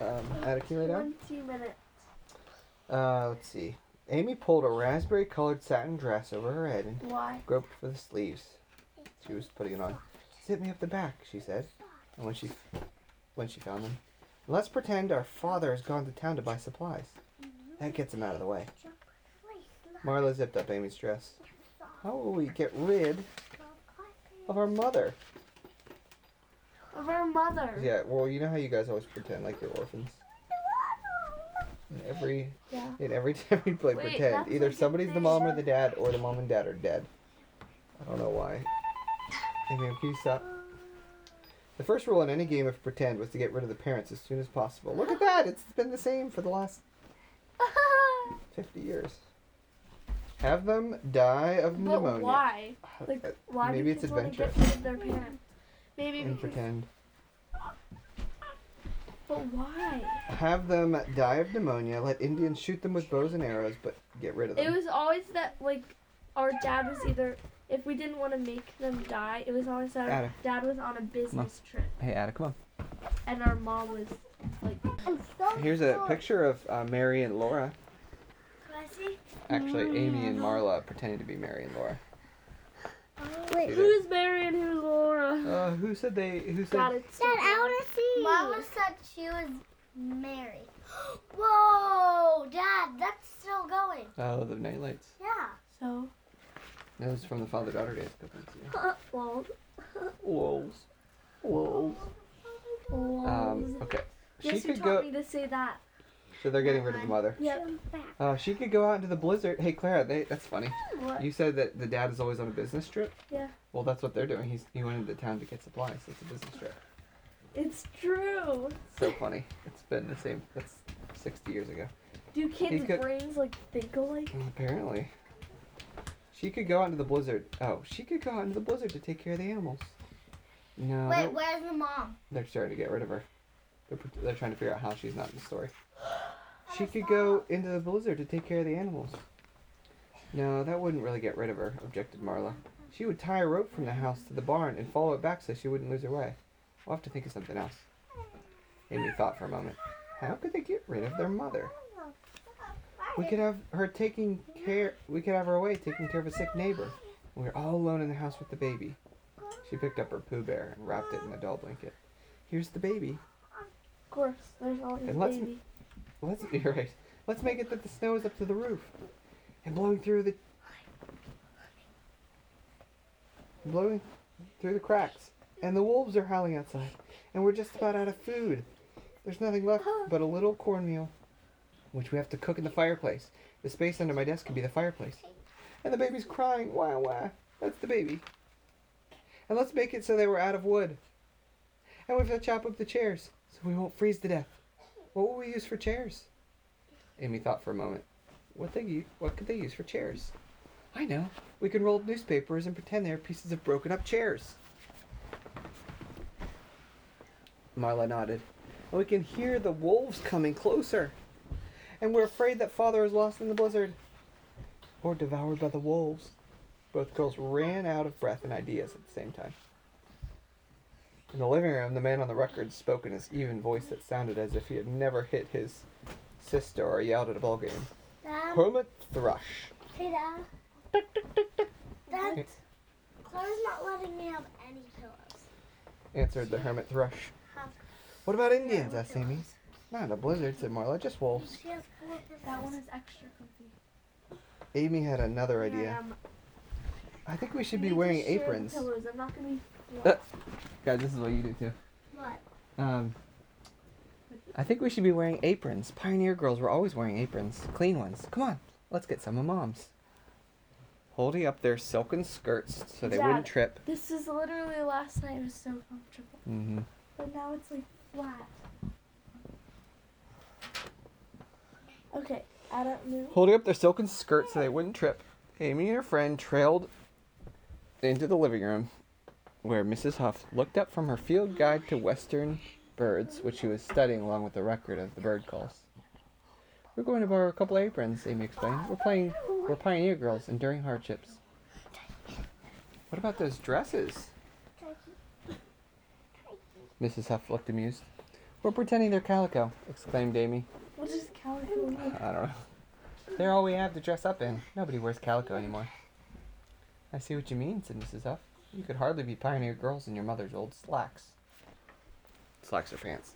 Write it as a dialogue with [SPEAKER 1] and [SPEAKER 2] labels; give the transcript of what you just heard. [SPEAKER 1] um, Attic, you lay down?
[SPEAKER 2] Twenty minutes.
[SPEAKER 1] Uh, let's see. Amy pulled a raspberry colored satin dress over her head and
[SPEAKER 2] Why?
[SPEAKER 1] groped for the sleeves. She was putting it on. Zip me up the back, she said. And when she when she found them. Let's pretend our father has gone to town to buy supplies. That gets him out of the way. Marla zipped up Amy's dress. How will we get rid of our mother?
[SPEAKER 2] Of our mother.
[SPEAKER 1] Yeah, well, you know how you guys always pretend like you're orphans. In every
[SPEAKER 2] Yeah.
[SPEAKER 1] in every time we play
[SPEAKER 2] Wait,
[SPEAKER 1] pretend,
[SPEAKER 2] that's
[SPEAKER 1] either
[SPEAKER 2] like a
[SPEAKER 1] somebody's the
[SPEAKER 2] thing.
[SPEAKER 1] mom or the dad, or the mom and dad are dead. I don't know why. Anyway, can you stop? The first rule in any game of pretend was to get rid of the parents as soon as possible. Look at that! It's been the same for the last 50 years. Have them die of
[SPEAKER 2] but
[SPEAKER 1] pneumonia.
[SPEAKER 2] why?
[SPEAKER 1] Uh,
[SPEAKER 2] Like,
[SPEAKER 1] uh,
[SPEAKER 2] why
[SPEAKER 1] Maybe
[SPEAKER 2] do
[SPEAKER 1] it's
[SPEAKER 2] people wanna
[SPEAKER 1] adventure.
[SPEAKER 2] Get rid of their parents? Maybe
[SPEAKER 1] And
[SPEAKER 2] because.
[SPEAKER 1] pretend.
[SPEAKER 2] But why?
[SPEAKER 1] Have them die of pneumonia. Let Indians shoot them with bows and arrows, but get rid of them.
[SPEAKER 2] It was always that like our dad was either if we didn't want to make them die, it was always that our
[SPEAKER 1] Adam.
[SPEAKER 2] dad was on a business trip
[SPEAKER 3] Hey, Ada, come on.
[SPEAKER 2] and our mom was like Oh
[SPEAKER 1] Here's a picture of uh, Mary and Laura.
[SPEAKER 2] Oh,
[SPEAKER 1] Actually, Amy and Marla pretending to be Mary and Laura.
[SPEAKER 4] Wait,
[SPEAKER 1] Peter.
[SPEAKER 2] who's Mary and who's Laura?
[SPEAKER 1] Uh, who said they? Who said?
[SPEAKER 2] God, it's so
[SPEAKER 4] Dad, I
[SPEAKER 2] bad.
[SPEAKER 4] want to see.
[SPEAKER 5] Mama said she was Mary. Whoa, Dad, that's still going.
[SPEAKER 1] Oh, the night lights.
[SPEAKER 5] Yeah.
[SPEAKER 2] so
[SPEAKER 1] That was from the father daughter dance.
[SPEAKER 2] well,
[SPEAKER 1] Wolves. Wolves. Um, okay. She
[SPEAKER 2] yes, you
[SPEAKER 1] could go.
[SPEAKER 2] taught me to say that.
[SPEAKER 1] So they're getting rid of the mother.
[SPEAKER 2] Yep.
[SPEAKER 1] Uh, she could go out into the blizzard. Hey, Clara, they, that's funny.
[SPEAKER 2] What?
[SPEAKER 1] You said that the dad is always on a business trip.
[SPEAKER 2] Yeah.
[SPEAKER 1] Well, that's what they're doing. He's he went into town to get supplies. It's a business trip.
[SPEAKER 2] It's true.
[SPEAKER 1] So funny. It's been the same. That's 60 years ago.
[SPEAKER 2] Do kids'
[SPEAKER 1] could-
[SPEAKER 2] brains like think alike?
[SPEAKER 1] Well, apparently. She could go out into the blizzard. Oh, she could go out into the blizzard to take care of the animals. No.
[SPEAKER 5] Wait,
[SPEAKER 1] that-
[SPEAKER 5] where's the mom?
[SPEAKER 1] They're starting to get rid of her. They're, pret- they're trying to figure out how she's not in the story. She could go into the blizzard to take care of the animals. No, that wouldn't really get rid of her, objected Marla. She would tie a rope from the house to the barn and follow it back so she wouldn't lose her way. We'll have to think of something else. Amy thought for a moment. How could they get rid of their mother? We could have her taking care. We could have her away taking care of a sick neighbor. We were all alone in the house with the baby. She picked up her Pooh Bear and wrapped it in a doll blanket. Here's the baby.
[SPEAKER 2] Of course, there's always a
[SPEAKER 1] And let's-
[SPEAKER 2] baby.
[SPEAKER 1] Let's you're right. Let's make it that the snow is up to the roof, and blowing through the blowing through the cracks, and the wolves are howling outside, and we're just about out of food. There's nothing left but a little cornmeal, which we have to cook in the fireplace. The space under my desk could be the fireplace, and the baby's crying. Wah wah. That's the baby. And let's make it so they were out of wood, and we have to chop up the chairs so we won't freeze to death. What would we use for chairs? Amy thought for a moment. What they u- what could they use for chairs? I know. We can roll up newspapers and pretend they're pieces of broken up chairs. Marla nodded. And we can hear the wolves coming closer. And we're afraid that father is lost in the blizzard. Or devoured by the wolves. Both girls ran out of breath and ideas at the same time. In the living room, the man on the record spoke in his even voice that sounded as if he had never hit his sister or yelled at a ball game.
[SPEAKER 5] Dad,
[SPEAKER 1] Hermit Thrush.
[SPEAKER 5] hey, Dad. Dad, Clara's not letting me have any pillows.
[SPEAKER 1] answered the hermit thrush. What about Indians? asked Amy. Not a blizzard, said Marla, just wolves.
[SPEAKER 5] She has four
[SPEAKER 2] That one
[SPEAKER 5] pillows.
[SPEAKER 2] is extra comfy.
[SPEAKER 1] Amy had another
[SPEAKER 2] Here I
[SPEAKER 1] idea.
[SPEAKER 2] am.
[SPEAKER 1] I think we should
[SPEAKER 2] um, We need
[SPEAKER 1] be
[SPEAKER 2] to
[SPEAKER 1] wearing
[SPEAKER 2] share the
[SPEAKER 1] aprons.
[SPEAKER 2] Pillows. I'm not gonna be
[SPEAKER 3] Guys, this is what you do too.
[SPEAKER 5] What?
[SPEAKER 1] Um, I think we should be wearing aprons. Pioneer girls were always wearing aprons, clean ones. Come on, let's get some of mom's. Holding up their silken skirts so they
[SPEAKER 2] Dad.
[SPEAKER 1] wouldn't trip.
[SPEAKER 2] This is literally last night. It was so comfortable,
[SPEAKER 1] Mm-hmm.
[SPEAKER 2] but now it's like flat. Okay, I don't know.
[SPEAKER 1] Holding up their silken skirts so they wouldn't trip, Amy and her friend trailed into the living room where Mrs. Huff looked up from her field guide to western birds, which she was studying along with the record of the bird calls. We're going to borrow a couple aprons, Amy explained. We're playing we're pioneer girls enduring hardships. What about those dresses? Mrs. Huff looked amused. We're pretending they're calico, exclaimed Amy.
[SPEAKER 2] What is calico? mean?
[SPEAKER 1] I don't know. They're all we have to dress up in. Nobody wears calico anymore. I see what you mean, said Mrs. Huff. You could hardly be pioneer girls in your mother's old slacks. Slacks are pants.